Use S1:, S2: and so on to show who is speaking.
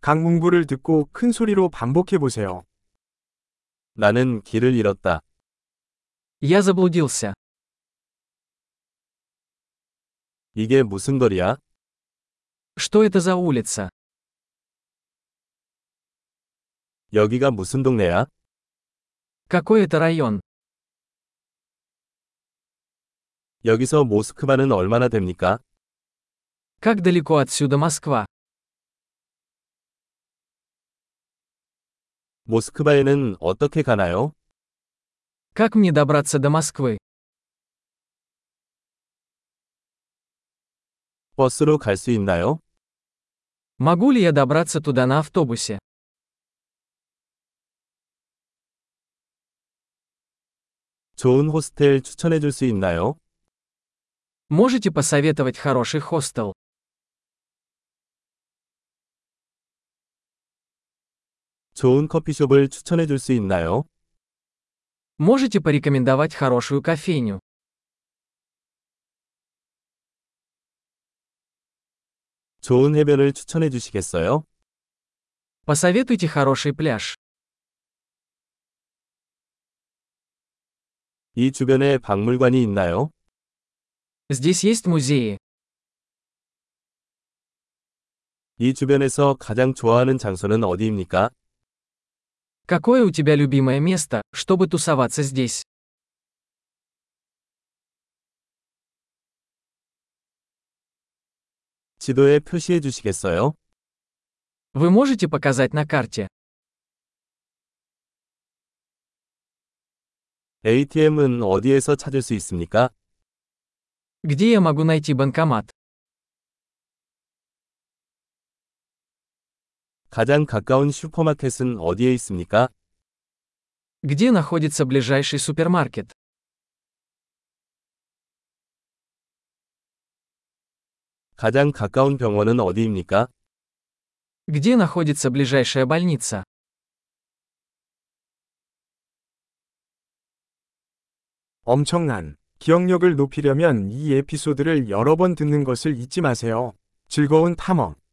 S1: 각 문구를 듣고 큰 소리로 반복해 보세요.
S2: 나는 길을 잃었다.
S3: Я заблудился.
S2: 이게 무슨 거리야?
S3: Что это за улица?
S2: 여기가 무슨 동네야?
S3: Какой это район?
S2: 여기서 모스크바는 얼마나 됩니까?
S3: Как далеко отсюда Москва?
S2: 모스크바에는 어떻게 가나요?
S3: Как мне добраться до Москвы?
S2: 버스로 갈 수 있나요?
S3: Могу ли я добраться туда на автобусе?
S2: 좋은 호스텔 추천해 줄 수 있나요?
S3: Можете посоветовать хороший хостел?
S2: 좋은 커피숍을 추천해 줄 수 있나요?
S3: Можете порекомендовать хорошую кофейню?
S2: 좋은 해변을 추천해 주시겠어요?
S3: Посоветуйте хороший пляж.
S2: 이 주변에 박물관이 있나요?
S3: Здесь есть музеи.
S2: 이 주변에서 가장 좋아하는 장소는 어디입니까?
S3: Какое у тебя любимое место, чтобы тусоваться здесь?
S2: 지도에 표시해 주시겠어요?
S3: Вы можете показать на карте?
S2: ATM은 어디에서 찾을 수 있습니까?
S3: Где я могу найти банкомат?
S2: 가장 가까운 슈퍼마켓은 어디에 있습니까?
S3: Где находится ближайший супермаркет?
S2: 가장 가까운 병원은 어디입니까?
S3: Где находится ближайшая больница?
S1: 엄청난 기억력을 높이려면 이 에피소드를 여러 번 듣는 것을 잊지 마세요. 즐거운 탐험.